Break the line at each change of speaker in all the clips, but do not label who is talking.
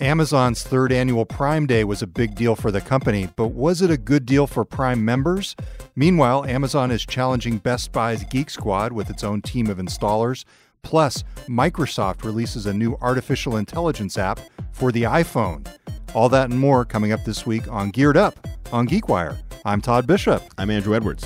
Amazon's third annual Prime Day was a big deal for the company, but was it a good deal for Prime members? Meanwhile, Amazon is challenging Best Buy's Geek Squad with its own team of installers. Plus, Microsoft releases a new artificial intelligence app for the iPhone. All that and more coming up this week on Geared Up on GeekWire. I'm Todd Bishop.
I'm Andrew Edwards.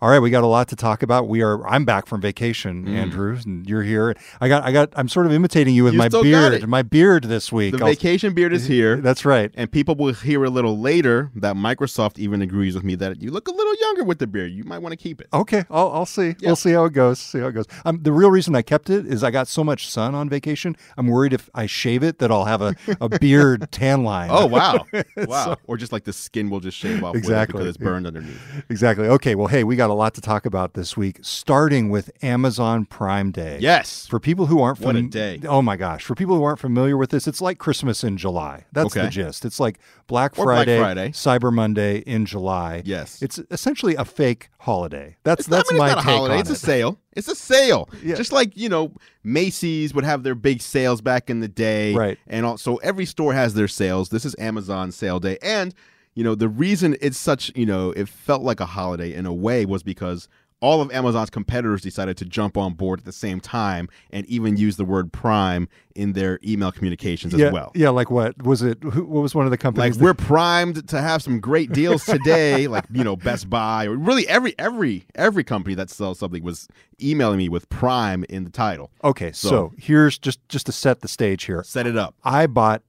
All right, we got a lot to talk about. We are. I'm back from vacation,
Mm.
Andrew, and you're here. I got. I got. I'm sort of imitating you with
You
my
still got
beard.
it.
My beard this week.
The
I'll-
vacation beard is here,
That's right.
and people will hear a little later that Microsoft even agrees with me that you look a little younger with the beard. You might want to keep it.
Okay, I'll, I'll see. We'll see how it goes. See how it goes. Um, the real reason I kept it is I got so much sun on vacation. I'm worried if I shave it that I'll have a, a beard tan line.
Oh wow, wow! or just like the skin will just shave off with it
Exactly.
because it's burned underneath.
exactly. Okay. Well, hey, we got a lot to talk about this week, starting with Amazon Prime Day.
Yes,
For people who aren't
What a
fam-
day.
Oh my gosh! For people who aren't familiar with this, it's like Christmas in July. That's the
Okay.
gist. It's like Black
Or Black
Friday,
Friday.
Cyber Monday in July.
yes.
It's essentially a fake holiday. That's
I
that's
mean,
my
it's not a
take
holiday.
on
it's
it.
a sale. It's a sale.
Yeah.
Just like you know, Macy's would have their big sales back in the day,
Right.
And all, so every store has their sales. This is Amazon sale day, and you know the reason it's such you know it felt like a holiday in a way was because all of Amazon's competitors decided to jump on board at the same time and even use the word Prime in their email communications
yeah,
as well.
Yeah, like what was it? Who, what was one of the companies?
Like we're primed to have some great deals today, like you know Best Buy or really every every every company that sells something was emailing me with Prime in the title.
that- okay, so.
so-
here's just just to set the stage here.
Set it up.
I bought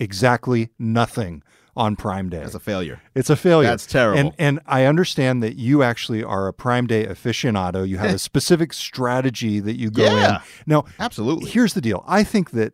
exactly nothing on Prime Day.
That's a failure.
it's a failure.
That's terrible.
Oh, And and I understand that you actually are a Prime Day aficionado. You have a specific strategy that you go
Yeah.
in. Now,
Absolutely.
here's the deal. I think that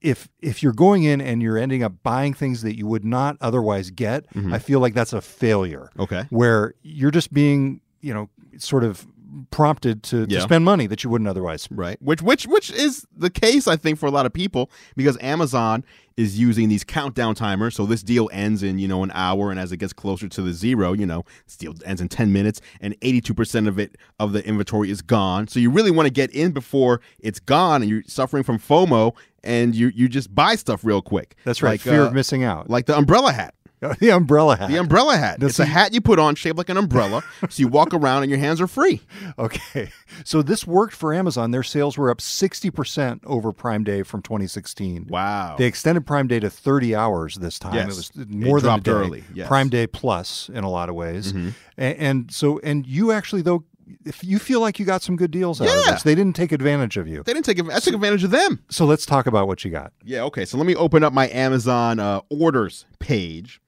if if you're going in and you're ending up buying things that you would not otherwise get,
Mm-hmm.
I feel like that's a failure.
Okay.
where you're just being, you know, sort of prompted to, to
Yeah.
spend money that you wouldn't otherwise.
Right. Which which which is the case I think for a lot of people because Amazon is using these countdown timers. So this deal ends in, you know, an hour and as it gets closer to the zero, you know, this deal ends in 10 minutes and 82% of it of the inventory is gone. So you really want to get in before it's gone and you're suffering from FOMO and you you just buy stuff real quick.
That's right.
Like,
fear
uh,
of missing out.
like the umbrella hat.
the umbrella hat.
The um umbrella hat.
Now,
it's a
see-
hat you put on shaped like an umbrella. so you walk around and your hands are free.
okay. So this worked for Amazon. Their sales were up 60% over Prime Day from 2016.
Wow.
They extended Prime Day to 30 hours this time.
Yes.
It was more than a
dropped
day.
early, yes. Mm-hmm.
Prime Day plus in a lot of ways. A- And, so, and you actually, though, if you feel like you got some good deals out of
Yeah.
this, they didn't take advantage of you.
they didn't take adv- I took advantage of them.
So let's talk about what you got.
Yeah, okay. So let me open up my Amazon uh, orders page.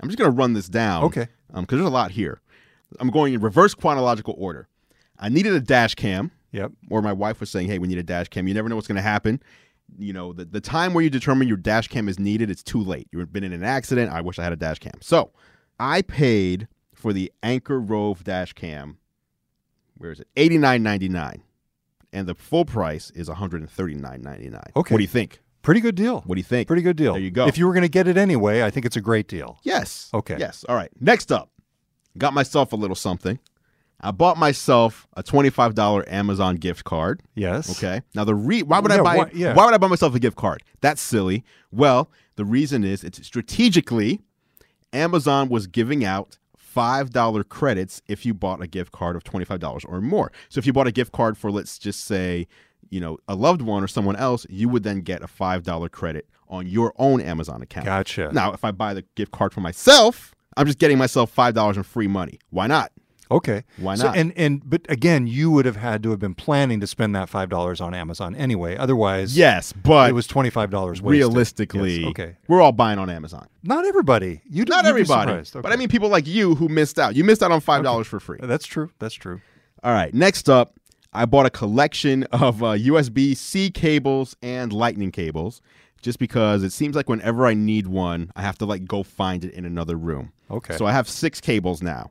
I'm just going to run this down.
Okay.
Because there's a lot here. I'm going in reverse chronological order. I needed a dash cam,
Yep.
or my wife was saying, hey, we need a dash cam. You never know what's going to happen. You know, the, the time where you determine your dash cam is needed, it's too late. You've been in an accident. I wish I had a dash cam. So I paid for the Anchor Rove dash cam. Where is it? $89.99. And the full price is $139.99.
Okay.
What do you think?
Pretty good deal.
What do you think?
Pretty good deal.
There you go.
If you were going to get it anyway, I think it's a great deal.
yes.
Okay.
Yes. All right. Next up, got myself a little something. I bought myself a twenty-five dollar Amazon gift card.
Yes.
Okay. Now the re why would I
Yeah,
buy
why- yeah.
why would I buy myself a gift card? That's silly. Well, the reason is it's strategically Amazon was giving out $5 credits if you bought a gift card of $25 or more. So if you bought a gift card for let's just say, you know, a loved one or someone else, you would then get a $5 credit on your own Amazon account.
Gotcha.
Now, if I buy the gift card for myself, I'm just getting myself $5 in free money. Why not?
Okay.
Why
So-
not?
and and but again, you would have had to have been planning to spend that five dollars on Amazon anyway. Otherwise,
Yes, but
it was twenty five dollars wasted.
realistically,
Yes, okay.
we're all buying on Amazon.
Not everybody. You
Not everybody, but I mean people like you who missed out. You missed out on $5 for free.
that's true. That's true.
All right, next up, I bought a collection of uh, USB C cables and lightning cables just because it seems like whenever I need one, I have to like go find it in another room.
Okay.
So I have six cables now.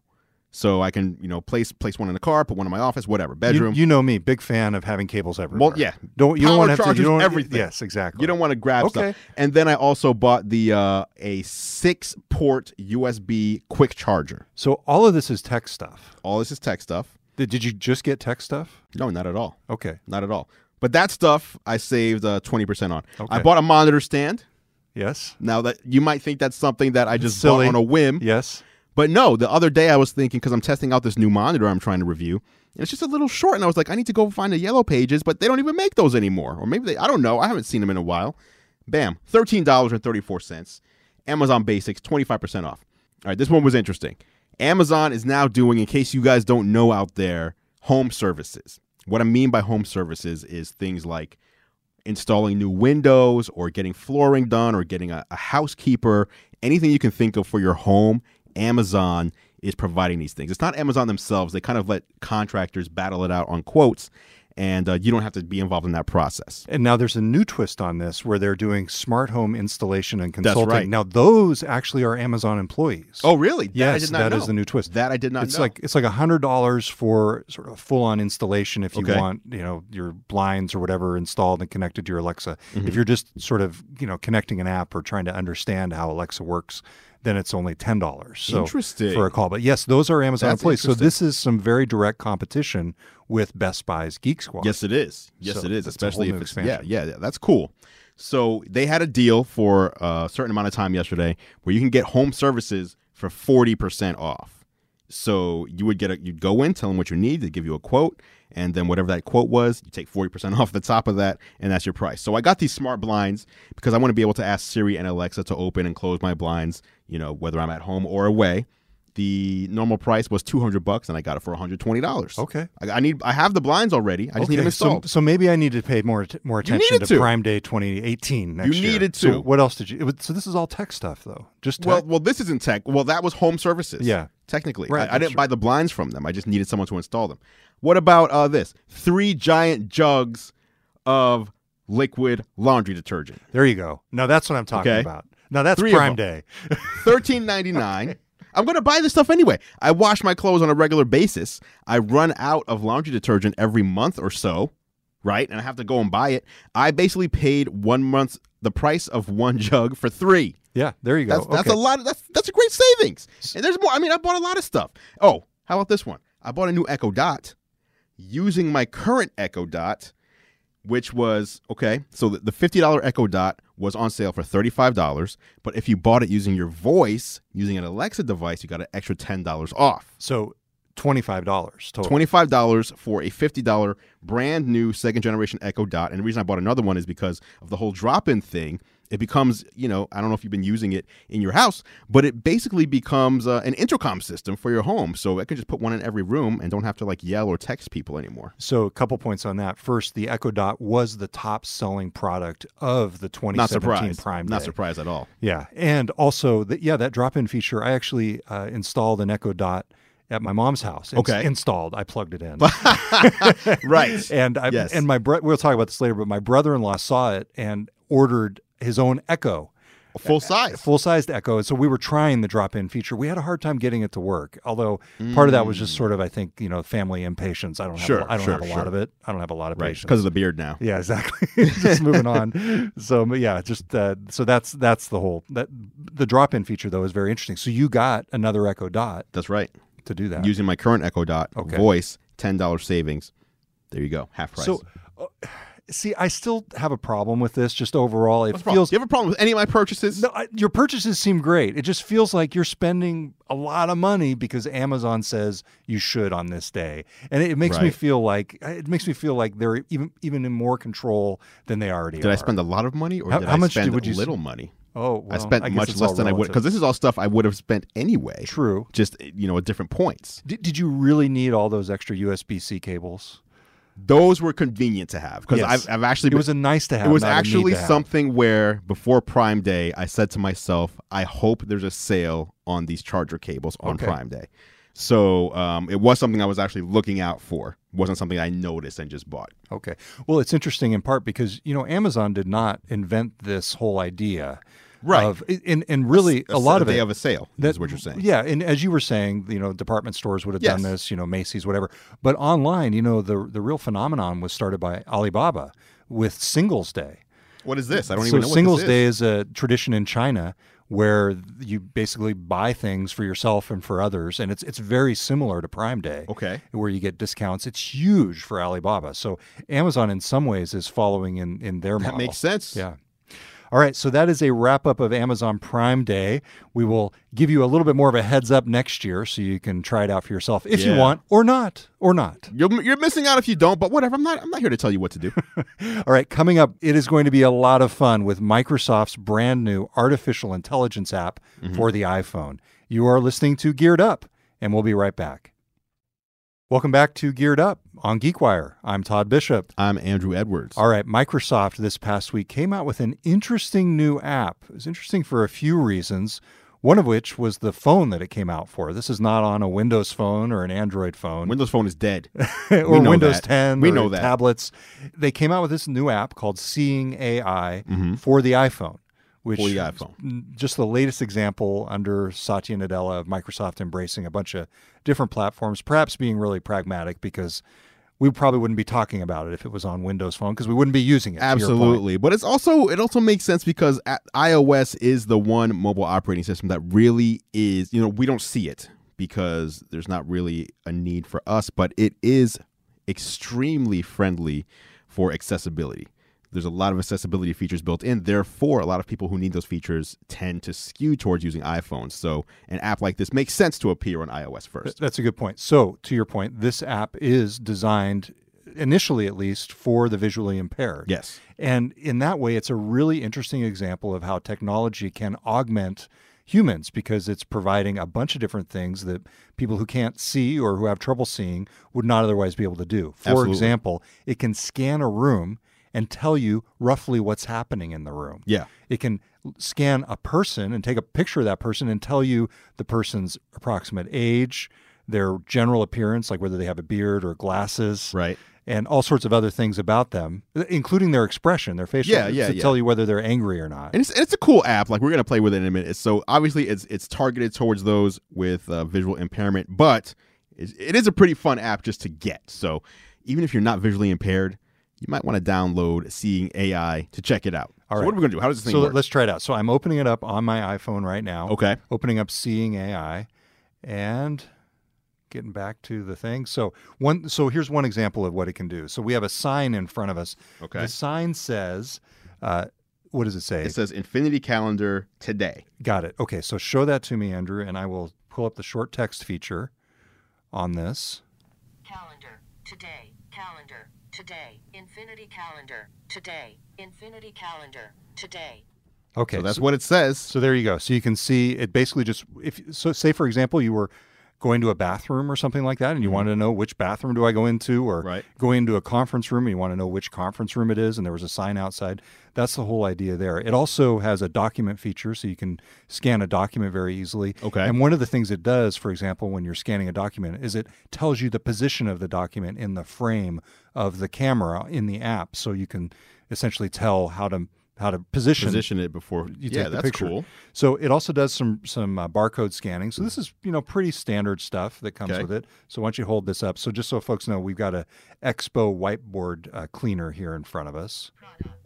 So I can, you know, place place one in the car, put one in my office, whatever,
You,
bedroom.
you know me, big fan of having cables everywhere.
Well, yeah.
Don't you don't
Power
want to have to you
chargers,
don't,
everything.
Yes, exactly.
You don't want to grab
Okay.
stuff. And then I also bought the uh, a six port USB quick charger.
So all of this is tech stuff.
All this is tech stuff.
Did, did you just get tech stuff?
No, not at all.
Okay.
Not at all. But that stuff I saved uh, 20% on. I
Okay.
bought a monitor stand.
Yes.
Now that you might think that's something that I just
Silly.
bought on a whim,
Yes.
but no. The other day I was thinking because I'm testing out this new monitor I'm trying to review, and it's just a little short. And I was like, I need to go find the yellow pages, but they don't even make those anymore, or maybe they I don't know. I haven't seen them in a while. Bam, thirteen dollars and thirty four cents. Amazon Basics, twenty five percent off. All right, this one was interesting. Amazon is now doing, in case you guys don't know out there, home services. What I mean by home services is things like installing new windows or getting flooring done or getting a, a housekeeper, anything you can think of for your home, Amazon is providing these things. It's not Amazon themselves. They kind of let contractors battle it out on quotes, and uh, you don't have to be involved in that process.
And now there's a new twist on this where they're doing smart home installation and consulting.
right.
Now those actually are Amazon employees.
Oh, really? That I
yes, that
did
is
not know.
the new twist.
That I did not
it's
know.
like it's like a hundred dollars for sort of full on installation if you
Okay.
want, you know, your blinds or whatever installed and connected to your Alexa.
Mm-hmm.
If you're just sort of, you know, connecting an app or trying to understand how Alexa works, then it's only ten dollars. So
Interesting.
for a call. But yes, those are Amazon
That's
employees. So this is some very direct competition with Best Buy's Geek Squad.
Yes, it is. Yes,
So
it is.
that's a whole
Especially
new
if it's
expansion.
yeah, yeah, yeah. That's cool. So they had a deal for a certain amount of time yesterday where you can get home services for forty percent off. So you would get a you'd go in, tell them what you need, they give you a quote, and then whatever that quote was, you take forty percent off the top of that, and that's your price. So I got these smart blinds because I want to be able to ask Siri and Alexa to open and close my blinds, you know, whether I'm at home or away. The normal price was two hundred bucks, and I got it for one hundred twenty dollars.
Okay.
I, I need. I have the blinds already. I just need them
so,
installed.
so maybe I need to pay more att- more attention
needed
to,
to.
Prime Day 2018 next year.
needed
So
to.
what else did you? It was, so this is all tech stuff though. Just tech.
well, well, this isn't tech. Well, that was home services.
Yeah.
technically,
Right,
I, I didn't
that's
buy the blinds from them. I just needed someone to install them. What about uh, this? Three giant jugs of liquid laundry detergent,
there you go. Now that's what I'm talking
Okay.
about. Now that's
Three of
Prime Day.
thirteen ninety nine. I'm gonna buy this stuff anyway. I wash my clothes on a regular basis. I run out of laundry detergent every month or so, right? And I have to go and buy it. I basically paid one month the price of one jug for three.
Yeah, there you go.
That's that's
Okay.
a lot. Of, that's that's a great savings. And there's more. I mean, I bought a lot of stuff. Oh, how about this one? I bought a new Echo Dot using my current Echo Dot, which was okay. So the, the fifty dollar Echo Dot was on sale for thirty five dollars, but if you bought it using your voice, using an Alexa device, you got an extra ten dollars off.
so twenty five dollars total.
$25 for a $50 brand new second generation Echo Dot. And the reason I bought another one is because of the whole drop in thing. It becomes, you know, I don't know if you've been using it in your house, but it basically becomes uh, an intercom system for your home. So I can just put one in every room and don't have to like yell or text people anymore.
So a couple points on that. First, the Echo Dot was the top selling product of the
Not
2017
surprised.
Prime
Not
Day.
surprised at all.
Yeah, and also that yeah that drop in feature. I actually uh, installed an Echo Dot at my mom's house. Ins-
Okay.
installed. I plugged it in.
Right.
and I
Yes.
and my bro- we'll talk about this later, but my brother-in-law saw it and ordered his own Echo,
Full size.
full-sized Echo. And so we were trying the drop-in feature. We had a hard time getting it to work. Although part of that was just sort of I think, you know, family impatience. I don't have
Mm. Sure,
a, I don't
sure,
have a
sure.
lot of it. I don't have a lot of
Right.
patience.
Because of the beard now.
Yeah, exactly. just moving on. So but yeah, just uh, so that's that's the whole that the drop-in feature though is very interesting. So you got another Echo Dot
That's right.
to do that.
Using my current Echo Dot
Okay.
voice, $10 savings. There you go. Half price.
so uh, see, I still have a problem with this just overall. It
What's the problem?
feels
Do you have a problem with any of my purchases?
No, I, your purchases seem great. It just feels like you're spending a lot of money because Amazon says you should on this day, and it, it makes me
Right.
feel like it makes me feel like they're even even in more control than they already are.
Did I spend a lot of money or
How-
did
how
I
much
spend
would you s-
little money?
Oh, well,
I spent
guess
much
it's
less
all
than I would
relative.
because this is all stuff I would have spent anyway.
True.
Just you know, at different points.
Did, did you really need all those extra USB C cables?
Those were convenient to have because
Yes.
I've, I've actually
It
been,
was a nice to have.
it was
not a need
actually
to have.
something where before Prime Day, I said to myself, I hope there's a sale on these charger cables on
Okay.
Prime Day. So um, it was something I was actually looking out for. wasn't something I noticed and just bought.
Okay. Well, it's interesting in part because you know Amazon did not invent this whole idea.
Right.
Of, and, and really, a, lot of
day
it
of a sale.
That-
That's what you're saying.
Yeah, and as you were saying, you know, department stores would have done
Yes.
this, you know, Macy's, whatever. But online, you know, the the real phenomenon was started by Alibaba with Singles Day.
What is this? I don't
so
even know.
Singles
what this is.
Day is a tradition in China where you basically buy things for yourself and for others, and it's it's very similar to Prime Day,
Okay.
where you get discounts. It's huge for Alibaba. So Amazon, in some ways, is following in in their
That
model.
makes sense.
Yeah. All right, so that is a wrap up of Amazon Prime Day. We will give you a little bit more of a heads up next year so you can try it out for yourself if you
Yeah.
want or not, or not.
You're, you're missing out if you don't, but whatever. I'm not I'm not here to tell you what to do.
All right, coming up, it is going to be a lot of fun with Microsoft's brand new artificial intelligence app for the iPhone. You are listening to Geared Up, and we'll be right back. Welcome back to Geared Up on GeekWire. I'm Todd Bishop.
I'm Andrew Edwards.
All right, Microsoft this past week came out with an interesting new app. It was interesting for a few reasons, one of which was the phone that it came out for. This is not on a Windows phone or an Android phone
Windows Phone is dead.
or
know
Windows
that.
10
We
or
know that.
tablets. They came out with this new app called Seeing AI
Mm-hmm.
for the iPhone, which
For the iPhone.
n- just the latest example under Satya Nadella of Microsoft embracing a bunch of different platforms, perhaps being really pragmatic because we probably wouldn't be talking about it if it was on Windows Phone because we wouldn't be using it. to your point.
Absolutely, but it's also it also makes sense because a- iOS is the one mobile operating system that really is. You know, we don't see it because there's not really a need for us, but it is extremely friendly for accessibility. There's a lot of accessibility features built in. Therefore, a lot of people who need those features tend to skew towards using iPhones. So, an app like this makes sense to appear on iOS first.
Th- That's a good point. So, to your point, this app is designed initially at least for the visually impaired.
Yes.
And in that way, it's a really interesting example of how technology can augment humans because it's providing a bunch of different things that people who can't see or who have trouble seeing would not otherwise be able to do. For
Absolutely.
example, it can scan a room and tell you roughly what's happening in the room.
Yeah.
It can scan a person and take a picture of that person and tell you the person's approximate age, their general appearance, like whether they have a beard or glasses,
Right.
and all sorts of other things about them, including their expression, their facial,
Yeah, yeah,
to
yeah.
tell you whether they're angry or not.
and it's it's a cool app. Like we're gonna play with it in a minute. So obviously it's it's targeted towards those with uh, visual impairment, but it, it is a pretty fun app just to get. So even if you're not visually impaired, you might want to download Seeing AI to check it out.
All
so
right.
what are we gonna do? How does this thing
So
work?
let's try it out. So I'm opening it up on my iPhone right now.
Okay.
Opening up Seeing AI and getting back to the thing. So one so here's one example of what it can do. So we have a sign in front of us.
Okay.
The sign says uh, what does it say?
It says Infinity Calendar today.
Got it. Okay, so show that to me, Andrew, and I will pull up the short text feature on this.
Calendar. Today. Calendar. Today. Infinity calendar. Today. Infinity calendar. Today.
Okay.
So that's what it says.
So there you go. So you can see it basically just if so say for example you were going to a bathroom or something like that and you wanted to know which bathroom do I go into or
Mm-hmm. Right.
go into a conference room and you want to know which conference room it is and there was a sign outside. That's the whole idea there. It also has a document feature so you can scan a document very easily.
Okay.
And one of the things it does, for example, when you're scanning a document is it tells you the position of the document in the frame of the camera in the app so you can essentially tell how to how to position
Position it before.
you take
yeah,
the
that's
picture.
cool.
So it also does some some uh, barcode scanning. So this is you know pretty standard stuff that comes
Okay.
with it. So why don't you hold this up? So just so folks know, we've got a Expo whiteboard uh, cleaner here in front of us.
Product.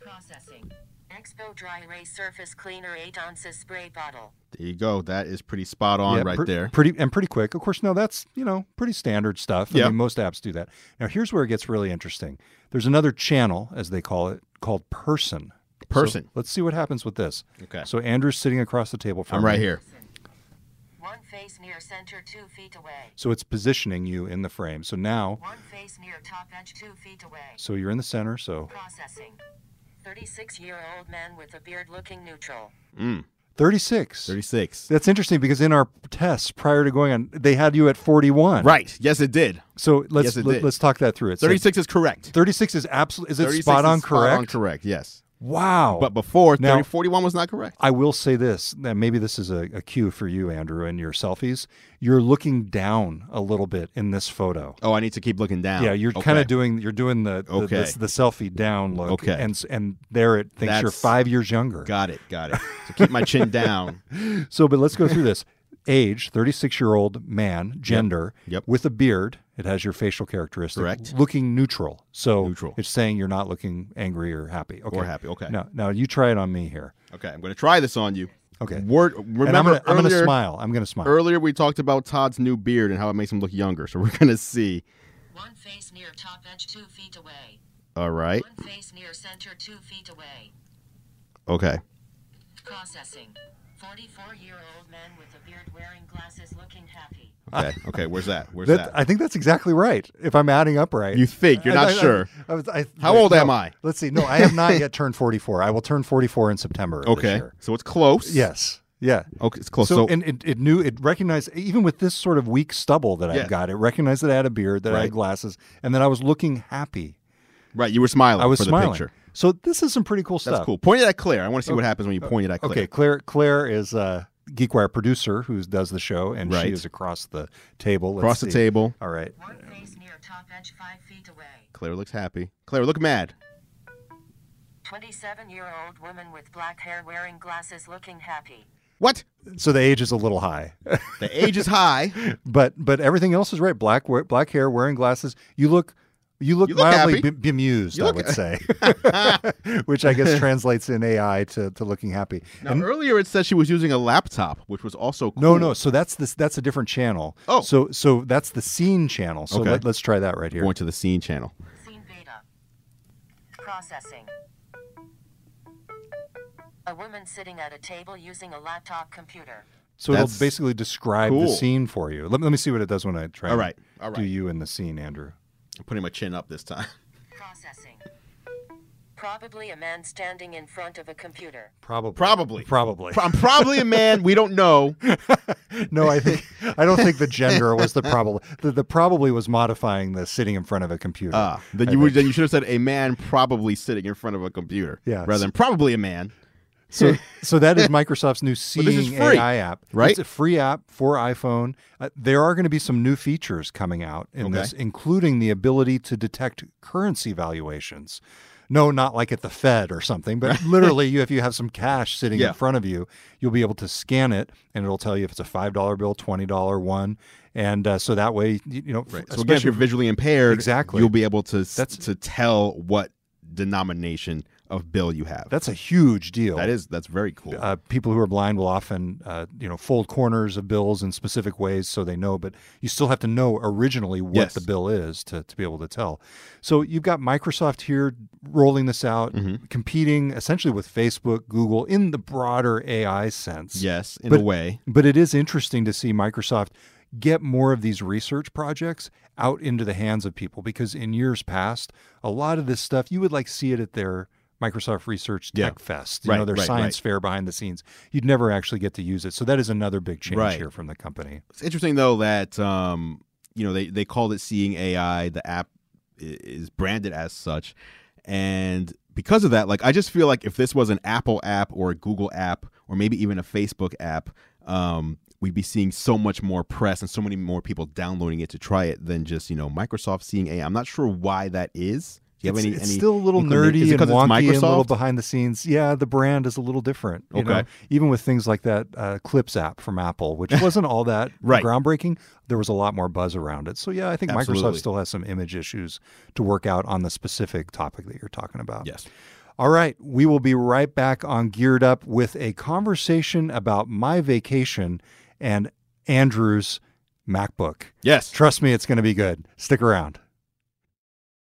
Processing. Expo Dry Ray Surface Cleaner 8 ounces spray bottle.
There you go. That is pretty spot on
Yeah,
right
pre-
there.
Pretty and pretty quick. Of course, now that's you know pretty standard stuff. I
Yeah.
mean, most apps do that. Now here's where it gets really interesting. There's another channel, as they call it, called Person. So
Person.
let's see what happens with this.
Okay.
So Andrew's sitting across the table from
I'm right
me.
here.
One face near center 2 feet away.
So it's positioning you in the frame. So now,
One face near top edge 2 feet away.
so you're in the center. So
Processing. 36 year old man with a beard looking neutral.
36.
36.
That's interesting because in our tests prior to going on, they had you at 41.
Right. Yes, it did.
So let's
Yes, it
let,
did.
us talk that through. It said
36 is correct.
36 is absolutely is it
36
spot
is
on correct?
on correct. Yes.
Wow.
But before,
Now-
30, 41 was not correct.
I will say this, that maybe this is a, a cue for you, Andrew, and your selfies. You're looking down a little bit in this photo.
Oh, I need to keep looking down.
Yeah, you're
Okay.
kind of doing you're doing the the,
Okay.
the the selfie down look.
Okay.
And s- and there it thinks you're
That's-
five years younger.
Got it. Got it. So keep my chin down.
So, but let's go through this. Age, 36 year old man, gender,
Yep.
with a beard. It It has your facial characteristic.
Correct.
Looking neutral. So
Neutral.
it's saying you're not looking angry or happy. Okay.
Or happy. Okay.
Now, now you try it on me here.
Okay. I'm going to try this on you.
Okay.
Word,
and
remember
I'm gonna, I'm gonna
earlier-
smile. I'm gonna smile.
Earlier we talked about Todd's new beard and how it makes him look younger. So we're gonna see.
One face near top edge, two feet away.
All right.
One face near center, two feet away.
Okay.
Processing. 44 year old man with a beard wearing glasses looking happy.
Okay. Okay. Where's that? Where's
That-
that?
I think that's exactly right. If I'm adding up right,
you think you're
I-
not
I- I-
sure?
I was- I-
How
wait,
old
no.
am I?
Let's see. No, I have not yet turned 44. I will turn 44 in September. of this
okay.
year.
So it's close.
Yes. Yeah.
Okay. It's close.
So,
So,
and it, it knew it recognized even with this sort of weak stubble that
Yeah.
I've got, it recognized that I had a beard, that I
Right.
had glasses, and that I was looking happy.
right, you were smiling.
I was
Oh, for
smiling.
The picture.
So this is some pretty cool
That's
stuff.
cool. Point it at Claire. I want to see what happens when you point it at Claire.
Okay, Claire Claire is a GeekWire producer who does the show, and
Right.
she is across the table. Let's
Across the
see.
table.
All right.
One face near top edge, five feet away.
Claire looks happy. Claire, look mad.
27 year old woman with black hair wearing glasses looking happy.
What?
So the age is a little high,
The age is high.
but but everything else is right. Black we- black hair, wearing glasses. You look. You look,
You look
mildly
happy.
be- bemused,
You
I
look-
would say, which I guess translates in AI to, to looking happy.
Now earlier it said she was using a laptop, which was also cool.
No, no. So that's this. That's a different channel.
Oh.
so so that's the scene channel. So
Okay.
let, us try that right here.
Going to the scene channel.
Scene beta. Processing. A woman sitting at a table using a laptop computer.
so it'll
That's
basically describe the
cool.
scene for you. Let, me- let me see what it does when I try.
All
and
right, all right.
Do you in the scene, Andrew?
I'm putting my chin up this time.
Processing. Probably a man standing in front of a computer.
Probably.
Probably.
Probably.
I'm probably a man. We don't know.
no, I think I don't think the gender was the probably. The, the probably was modifying the sitting in front of a computer.
Ah, then
I
you would,
think.
then you should have said a man probably sitting in front of a computer.
Yeah.
Rather than probably a man.
So, so that is Microsoft's new
But this is
Seeing
free,
AI app,
right?
It's a free app for iPhone. Uh, there are going to be some new features coming out in
Okay.
this, including the ability to detect currency valuations. No, not like at the Fed or something, but literally, you, if you have some cash sitting
Yeah.
in front of you, you'll be able to scan it, and it'll tell you if it's a five dollar bill, twenty dollar one, and uh, so that way, you, you know, f-
So again, if
especially
you're visually impaired,
Exactly.
you'll be able to s-
That's-
to tell what denomination of bill you have.
that's a huge deal.
that is that's very cool.
uh, people who are blind will often, uh, you know, fold corners of bills in specific ways so they know, but you still have to know originally what
Yes.
the bill is to, to be able to tell. So you've got Microsoft here rolling this out, competing essentially with Facebook, Google in the broader AI sense.
yes, in
but-
a way.
But it is interesting to see Microsoft get more of these research projects out into the hands of people because in years past, a lot of this stuff you would like see it at their Microsoft Research
Yeah.
Tech Fest, you know,
Right,
their
right,
science
right.
fair behind the scenes. You'd never actually get to use it. So that is another big change
Right.
here from the company.
It's interesting though that um, you know they they called it Seeing AI. The app i- is branded as such, and because of that, like I just feel like if this was an Apple app or a Google app or maybe even a Facebook app, um, we'd be seeing so much more press and so many more people downloading it to try it than just you know Microsoft Seeing AI. I'm not sure why that is. Do you have
it's,
any?
it's
any
still a little
inclina-
nerdy
is it
and
'cause it's
wonky and a little
Microsoft?
behind the scenes. Yeah, the brand is a little different. you
Okay.
know. Even with things like that uh, Clips app from Apple, which wasn't all that
Right.
groundbreaking, there was a lot more buzz around it. So yeah, I think
Absolutely.
Microsoft still has some image issues to work out on the specific topic that you're talking about.
Yes.
All right, we will be right back on Geared Up with a conversation about my vacation and Andrew's MacBook.
Yes.
Trust me, it's going to be good. Stick around.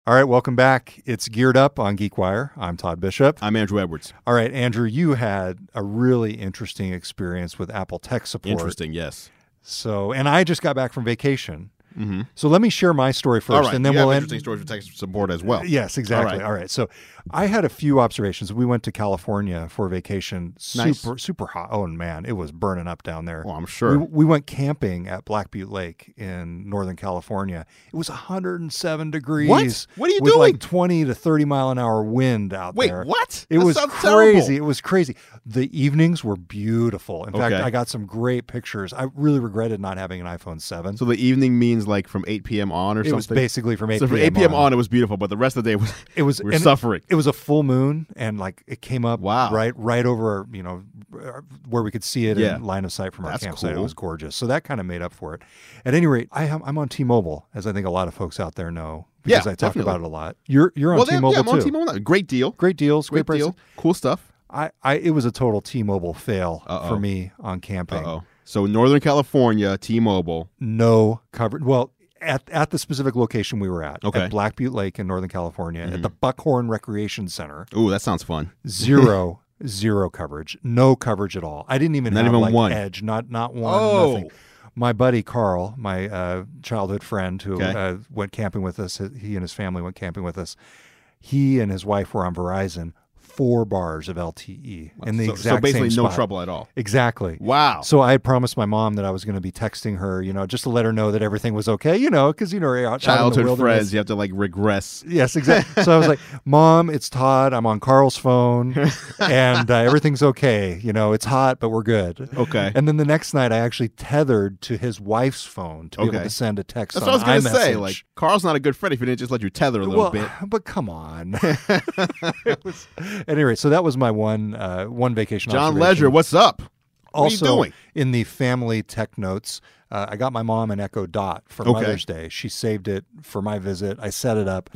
All right, welcome back. It's Geared Up on GeekWire. I'm Todd Bishop.
I'm Andrew Edwards.
All right, Andrew, you had a really interesting experience with Apple Tech Support.
Interesting. Yes.
So, and I just got back from vacation.
Mm-hmm.
So let me share my story first,
All right.
and then
you
we'll
have
end.
interesting stories for tech support as well.
Yes, exactly.
All right.
All right. So I had a few observations. We went to California for vacation.
Nice.
Super, super hot. Oh, man, it was burning up down there.
Well, I'm sure.
We, we went camping at Black Butte Lake in Northern California. It was 107 degrees.
What are you
with
doing?
Like 20 to 30 mile an hour wind out
Wait,
there.
what?
It
That
was
sounds
crazy.
terrible.
It was crazy. The evenings were beautiful. In fact,
Okay.
I got some great pictures. I really regretted not having an iPhone 7.
So the evening means rains like from 8 p.m. on or
It
something.
was basically from 8
so from 8 p.m. on, it was beautiful, but the rest of the day was
It was
we're
and
suffering.
It was a full moon, and like it came up
Wow.
right right over you know where we could see it
Yeah.
in line of sight from our
That's
campsite. It
cool.
was gorgeous, so that kind of made up for it. At any rate, I am, I'm on T-Mobile, as I think a lot of folks out there know because
Yeah,
I talked
definitely.
about it a lot. You're you're on
well, they-
T-Mobile
yeah, I'm
too.
on T-Mobile. Great deal.
Great deals, great,
Great
prices.
deal. Cool stuff.
I, I it was a total T-Mobile fail
Uh-oh.
for me on camping.
Uh-oh. So Northern California, T-Mobile.
no coverage. Well, at, at the specific location we were at,
Okay. Mm-hmm.
at Black Butte Lake in Northern California, at the Buckhorn Recreation Center,
Ooh, that sounds fun.
zero zero coverage, no coverage at all. I didn't even
Not
have
even
like
one.
edge, not not one.
Oh.
Nothing. My buddy Carl, my uh, childhood friend who
Okay.
uh, went camping with us, he and his family went camping with us. He and his wife were on Verizon, four bars of LTE in the
so,
exact
so basically,
same
no
spot.
trouble at all.
Exactly.
Wow.
So I had promised my mom that I was going to be texting her, you know, just to let her know that everything was okay, you know, because you know, you're out, out in the
Childhood
wilderness.
friends, you have to like regress.
Yes, exactly. so I was like, "Mom, it's Todd. I'm on Carl's phone, and uh, everything's okay. You know, it's hot, but we're good."
Okay.
And then the next night, I actually tethered to his wife's phone to be able
Okay.
to send a text.
That's
on
what I was gonna say.
iMessage.
Like Carl's not a good friend if he didn't just let you tether a little
well,
bit.
but come on. It was- at any rate, so that was my one uh, one vacation.
John
observation.
Ledger, what's up?
also
what are you doing?
in the family tech notes uh, i got my mom an echo dot for
Okay.
mother's day she saved it for my visit i set it up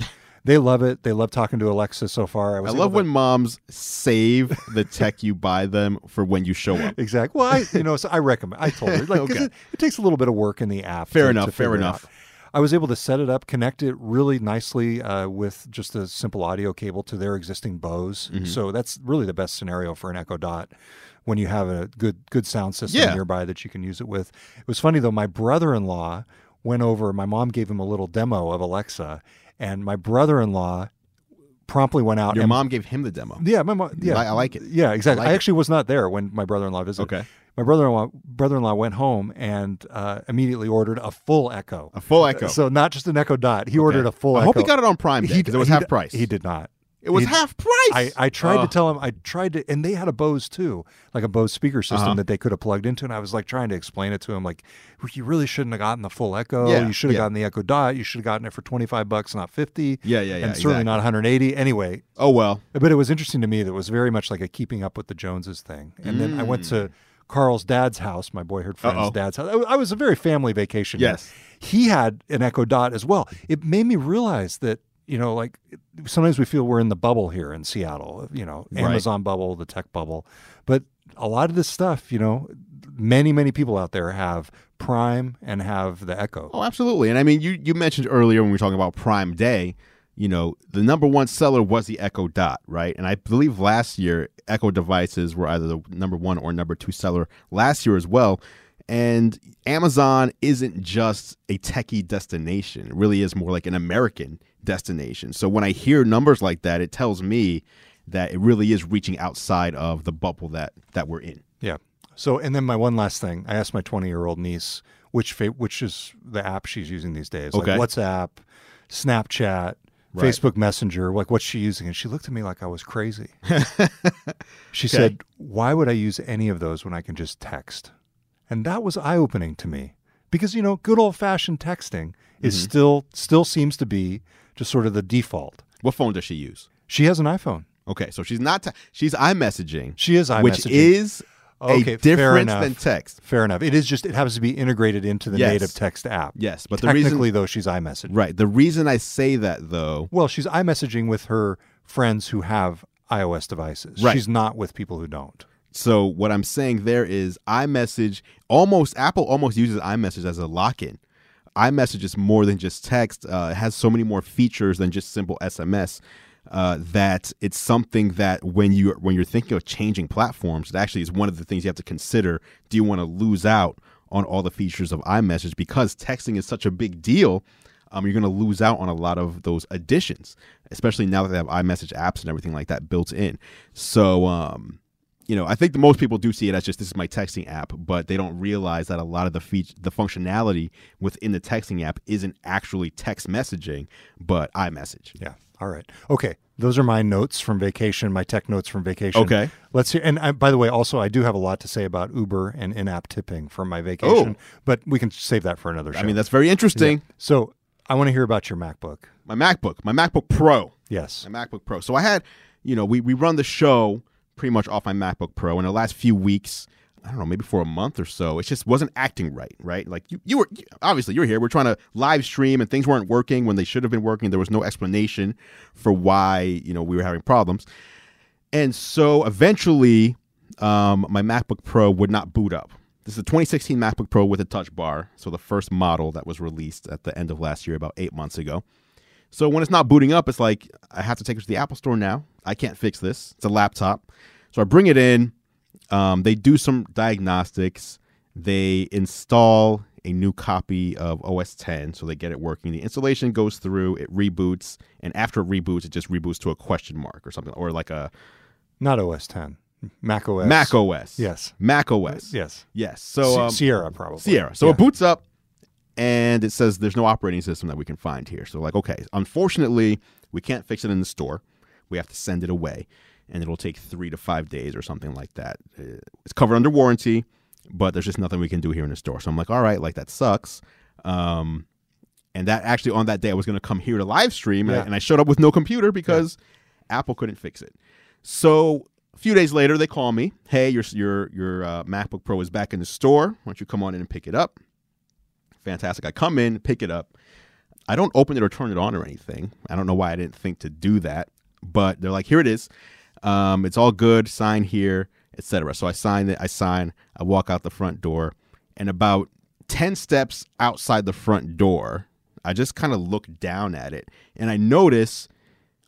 they love it they love talking to alexa so far i,
I
was
love
able
when
to-
moms save the tech you buy them for when you show up.
exactly well i you know so i recommend i told her like 'cause
Okay.
it, it takes a little bit of work in the app to-
Fair
to
enough, fair
figure it
enough.
out. I was able to set it up, connect it really nicely uh, with just a simple audio cable to their existing Bose.
Mm-hmm.
So that's really the best scenario for an Echo Dot when you have a good good sound system
Yeah.
nearby that you can use it with. It was funny though. My brother-in-law went over. My mom gave him a little demo of Alexa, and my brother-in-law promptly went out
Your
and
mom gave him Uh, the demo.
yeah, my mom. Yeah,
I- I like it.
Yeah, exactly.
like
I,
it.
actually was not there when my brother-in-law visited.
Okay.
my brother-in-law brother-in-law went home and uh, immediately ordered a full Echo.
A full echo.
So not just an Echo Dot. He ordered a full.
I
Echo.
hope he got it on Prime Day because it was
he
half
d-
price.
He did not.
It was
he-
half price.
I, I tried
Ugh.
to tell him. I tried to, and they had a Bose too, like a Bose speaker system
Uh-huh.
that they could have plugged into. And I was like trying to explain it to him, like you really shouldn't have gotten the full Echo.
Yeah,
you should have
yeah.
gotten the Echo Dot. You should have gotten it for twenty five bucks, not fifty.
Yeah, yeah, yeah,
and certainly
exactly.
not one hundred eighty. Anyway,
Oh well.
but it was interesting to me that it was very much like a keeping up with the Joneses thing. And then I went to Carl's dad's house, my boyhood friend's
Mm. Uh-oh.
dad's house. I- I was a very family vacation. here.
Yes.
He had an Echo Dot as well. It made me realize that, you know, like sometimes we feel we're in the bubble here in Seattle, you know,
Right.
Amazon bubble, the tech bubble. But a lot of this stuff, you know, many, many people out there have Prime and have the Echo.
Oh, absolutely. And I mean, you you mentioned earlier when we were talking about Prime Day, you know, the number one seller was the Echo Dot, right? And I believe last year Echo devices were either the number one or number two seller last year as well. And Amazon isn't just a techie destination; it really is more like an American destination. So when I hear numbers like that, it tells me that it really is reaching outside of the bubble that that we're in.
Yeah. So, and then my one last thing, I asked my 20 year old niece which fa- which is the app she's using these days,
Okay.
like WhatsApp, Snapchat, Facebook Messenger, like what's she using? And she looked at me like I was crazy. she said, "Why would I use any of those when I can just text?" And that was eye opening to me because you know, good old fashioned texting is
Mm-hmm.
still still seems to be just sort of the default.
What phone does she use?
She has an iPhone.
Okay, so she's not. Te- she's iMessaging.
She is iMessaging.
which is
Okay,
a
fair
difference
enough.
than text.
Fair enough. It is just it happens to be integrated into the
Yes.
native text app.
Yes, but the
Technically,
reason
though, she's iMessage.
right, the reason I say that though,
Well, she's iMessaging with her friends who have iOS devices.
Right.
She's not with people who don't.
so what I'm saying there is iMessage almost Apple almost uses iMessage as a lock-in. iMessage is more than just text. Uh, it has so many more features than just simple SMS. Uh, that it's something that when you when you're thinking of changing platforms, it actually is one of the things you have to consider. Do you want to lose out on all the features of iMessage because texting is such a big deal? um, you're going to lose out on a lot of those additions, especially now that they have iMessage apps and everything like that built in. So, um, you know, I think that most people do see it as just this is my texting app, but they don't realize that a lot of the feat the functionality within the texting app isn't actually text messaging, but iMessage.
Yeah. All right. Okay. Those are my notes from vacation, my tech notes from vacation.
Okay.
Let's hear. And I, by the way, also, I do have a lot to say about Uber and in app tipping from my vacation, but we can save that for another show.
Oh. I mean, that's very interesting.
so I want to hear about your MacBook.
My MacBook, my MacBook Pro.
Yes.
My MacBook Pro. So I had, you know, we, we run the show pretty much off my MacBook Pro. In the last few weeks, I don't know, maybe for a month or so, it just wasn't acting right, right? Like you, you were you- obviously you're here. We're trying to live stream and things weren't working when they should have been working. There was no explanation for why, you know, we were having problems. And so eventually, um, my MacBook Pro would not boot up. This is a 2016 MacBook Pro with a touch bar. So the first model that was released at the end of last year, about eight months ago. So when it's not booting up, it's like I have to take it to the Apple Store now. I can't fix this. It's a laptop. So I bring it in. Um, they do some diagnostics. They install a new copy of OS 10, so they get it working. The installation goes through. It reboots, and after it reboots, it just reboots to a question mark or something, or like a
Not OS 10. Mac OS.
Mac OS.
Yes.
Mac OS.
Yes.
Yes.
So,
So um,
Sierra, probably.
Sierra. So
Yeah.
it boots up and it says there's no operating system that we can find here. So, like, okay, unfortunately, we can't fix it in the store. We have to send it away and it'll take three to five days or something like that. Uh, It's covered under warranty, but there's just nothing we can do here in the store. So I'm like, all right, like, that sucks. Um, and that actually on that day, I was going to come here to live stream and, I,
Yeah.
and I showed up with no computer because Apple couldn't fix it. So a few days later, they call me. Hey, your your your uh, MacBook Pro is back in the store. Why don't you come on in and pick it up? Fantastic. I come in, pick it up. I don't open it or turn it on or anything. I don't know why I didn't think to do that, but they're like, here it is. Um, it's all good. Sign here, etc. So I sign it. I sign. I walk out the front door, and about ten steps outside the front door, I just kind of look down at it, and I notice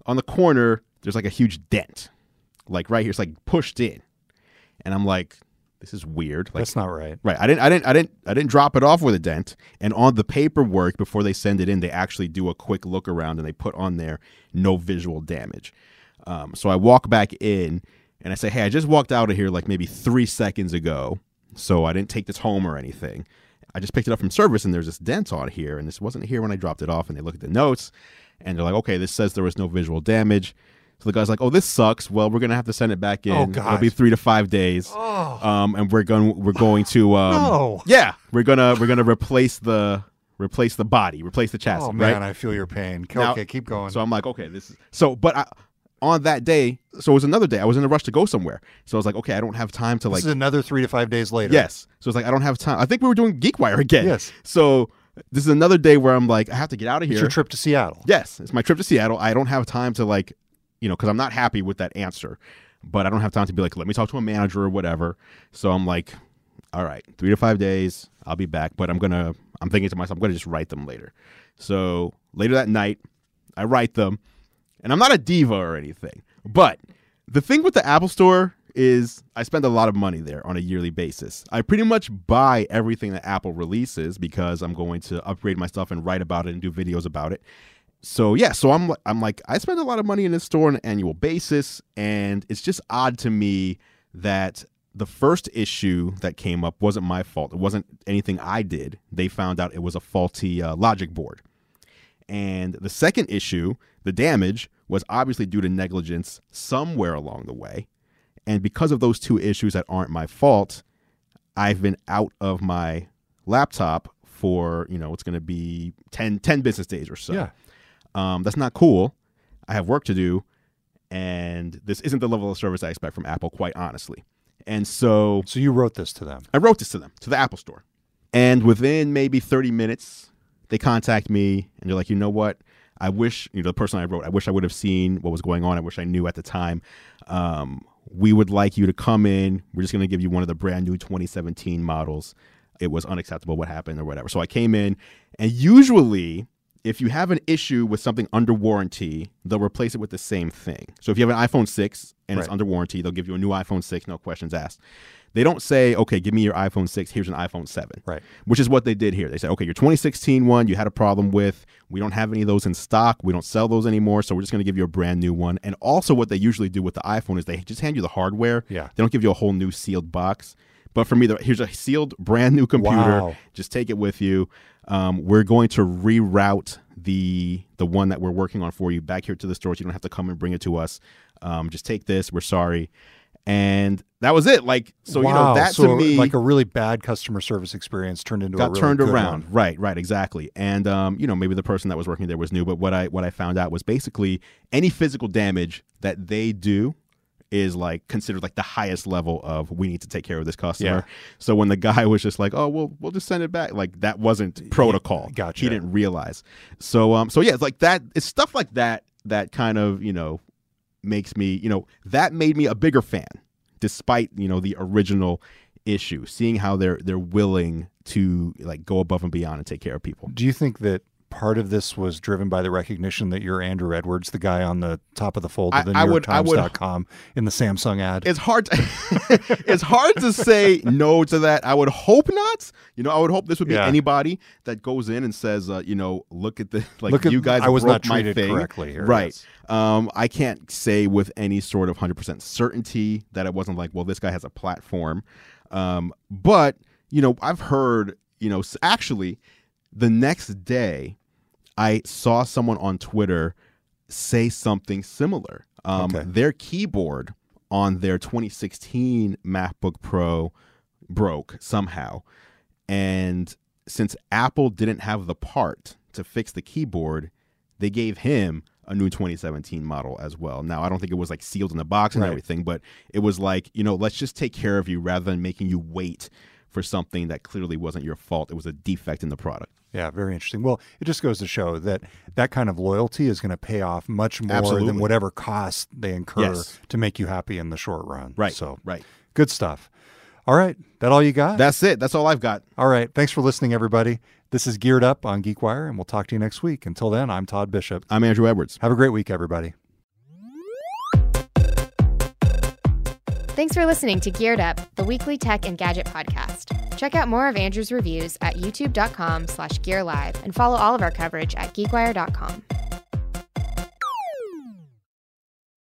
on the corner there's like a huge dent, like right here. It's like pushed in, and I'm like, this is weird. Like
That's not right.
Right. I didn't I didn't I didn't I didn't drop it off with a dent. And on the paperwork before they send it in, they actually do a quick look around and they put on there no visual damage. Um, so I walk back in and I say, Hey, I just walked out of here like maybe three seconds ago. So I didn't take this home or anything. I just picked it up from service and there's this dent on here, and this wasn't here when I dropped it off, and they look at the notes and they're like, Okay, this says there was no visual damage. So the guy's like, Oh, this sucks. Well, we're gonna have to send it back in.
Oh,
It'll
God.
be three to five days
Oh.
um, and we're going we're going to um,
No.
yeah we're gonna we're gonna replace the replace the body replace the chassis
Oh, man.
right
I feel your pain. Okay,
Now-
keep going.
so I'm like okay this is so but I, on that day so it was another day I was in a rush to go somewhere so I was like okay I don't have time to like
this is another three to five days later.
Yes. So it's like I don't have time. I think we were doing GeekWire again.
Yes.
So this is another day where I'm like I have to get out of
It's
here.
your trip to Seattle.
Yes, it's my trip to Seattle. I don't have time to like, you know, because I'm not happy with that answer, but I don't have time to be like, let me talk to a manager or whatever. So I'm like, all right, three to five days, I'll be back. But I'm gonna, I'm thinking to myself, I'm gonna just write them later. So later that night, I write them, and I'm not a diva or anything, but the thing with the Apple Store is I spend a lot of money there on a yearly basis. I pretty much buy everything that Apple releases because I'm going to upgrade my stuff and write about it and do videos about it so yeah, so I'm li- I'm like I spend a lot of money in this store on an annual basis, and it's just odd to me that the first issue that came up wasn't my fault. It wasn't anything I did. They found out it was a faulty uh, logic board, and the second issue, the damage, was obviously due to negligence somewhere along the way, and because of those two issues that aren't my fault, I've been out of my laptop for you know it's going to be 10, 10 business days or so
Yeah.
um, that's not cool. I have work to do, and this isn't the level of service I expect from Apple, quite honestly. And so
So you wrote this to them.
I wrote this to them, to the Apple Store. And within maybe 30 minutes, they contact me and they're like, you know what? I wish, you know, the person I wrote, I wish I would have seen what was going on. I wish I knew at the time. Um, we would like you to come in. We're just going to give you one of the brand new 2017 models. It was unacceptable what happened or whatever. So I came in, and usually, if you have an issue with something under warranty, they'll replace it with the same thing. So if you have an iPhone 6 and it's
Right.
under warranty, they'll give you a new iPhone 6, no questions asked. They don't say, okay, give me your iPhone 6, here's an iPhone 7
Right.
which is what they did here. They said, okay, your 2016 one you had a problem with. We don't have any of those in stock. We don't sell those anymore. So we're just going to give you a brand new one. And also, what they usually do with the iPhone is they just hand you the hardware.
Yeah.
They don't give you a whole new sealed box. But for me, they're- here's a sealed, brand new computer.
Wow.
Just take it with you. um, we're going to reroute the the one that we're working on for you back here to the stores. You don't have to come and bring it to us. Um, just take this. We're sorry. And that was it. Like so, you know, that
so
to me
like a really bad customer service experience turned into a
got
really
turned
good
around.
one.
Right, right, exactly. And um, you know, maybe the person that was working there was new, but what I what I found out was basically any physical damage that they do is like considered like the highest level of we need to take care of this customer. So when the guy was just like, "Oh, well, we'll just send it back," like that wasn't protocol.
gotcha.
He didn't realize. So um, so yeah, it's like that. It's stuff like that that kind of you know makes me you know that made me a bigger fan despite you know the original issue seeing how they're they're willing to like go above and beyond and take care of people
Do you think that part of this was driven by the recognition that you're Andrew Edwards, the guy on the top of the fold
I-
of the New
I
York
would- I would-
Times.com in the Samsung ad?
it's hard to, it's hard to say no to that i would hope not you know i would hope this would be
Yeah.
anybody that goes in and says uh, you know look at the like
Look at-
you guys
I was
broke
not treated
my thing.
correctly here.
right
Yes.
um, i can't say with any sort of 100% certainty that it wasn't like well this guy has a platform um, but you know i've heard you know s- actually the next day i saw someone on twitter say something similar um,
Okay.
their keyboard on their 2016 macbook pro broke somehow and since apple didn't have the part to fix the keyboard they gave him a new 2017 model as well. Now, I don't think it was like sealed in the box and
Right.
everything, but it was like, you know, let's just take care of you rather than making you wait for something that clearly wasn't your fault. It was a defect in the product.
Yeah, very interesting. Well, it just goes to show that that kind of loyalty is going to pay off much more than
Absolutely.
whatever cost they incur
Yes.
to make you happy in the short run.
Right.
So,
right.
good stuff. All right. That all you got?
That's it. That's all I've got.
all right. Thanks for listening, everybody. This is Geared Up on GeekWire, and we'll talk to you next week. Until then, I'm Todd Bishop.
I'm Andrew Edwards.
Have a great week, everybody.
Thanks for listening to Geared Up, the weekly tech and gadget podcast. Check out more of Andrew's reviews at youtube.com slash gearlive and follow all of our coverage at geekwire.com.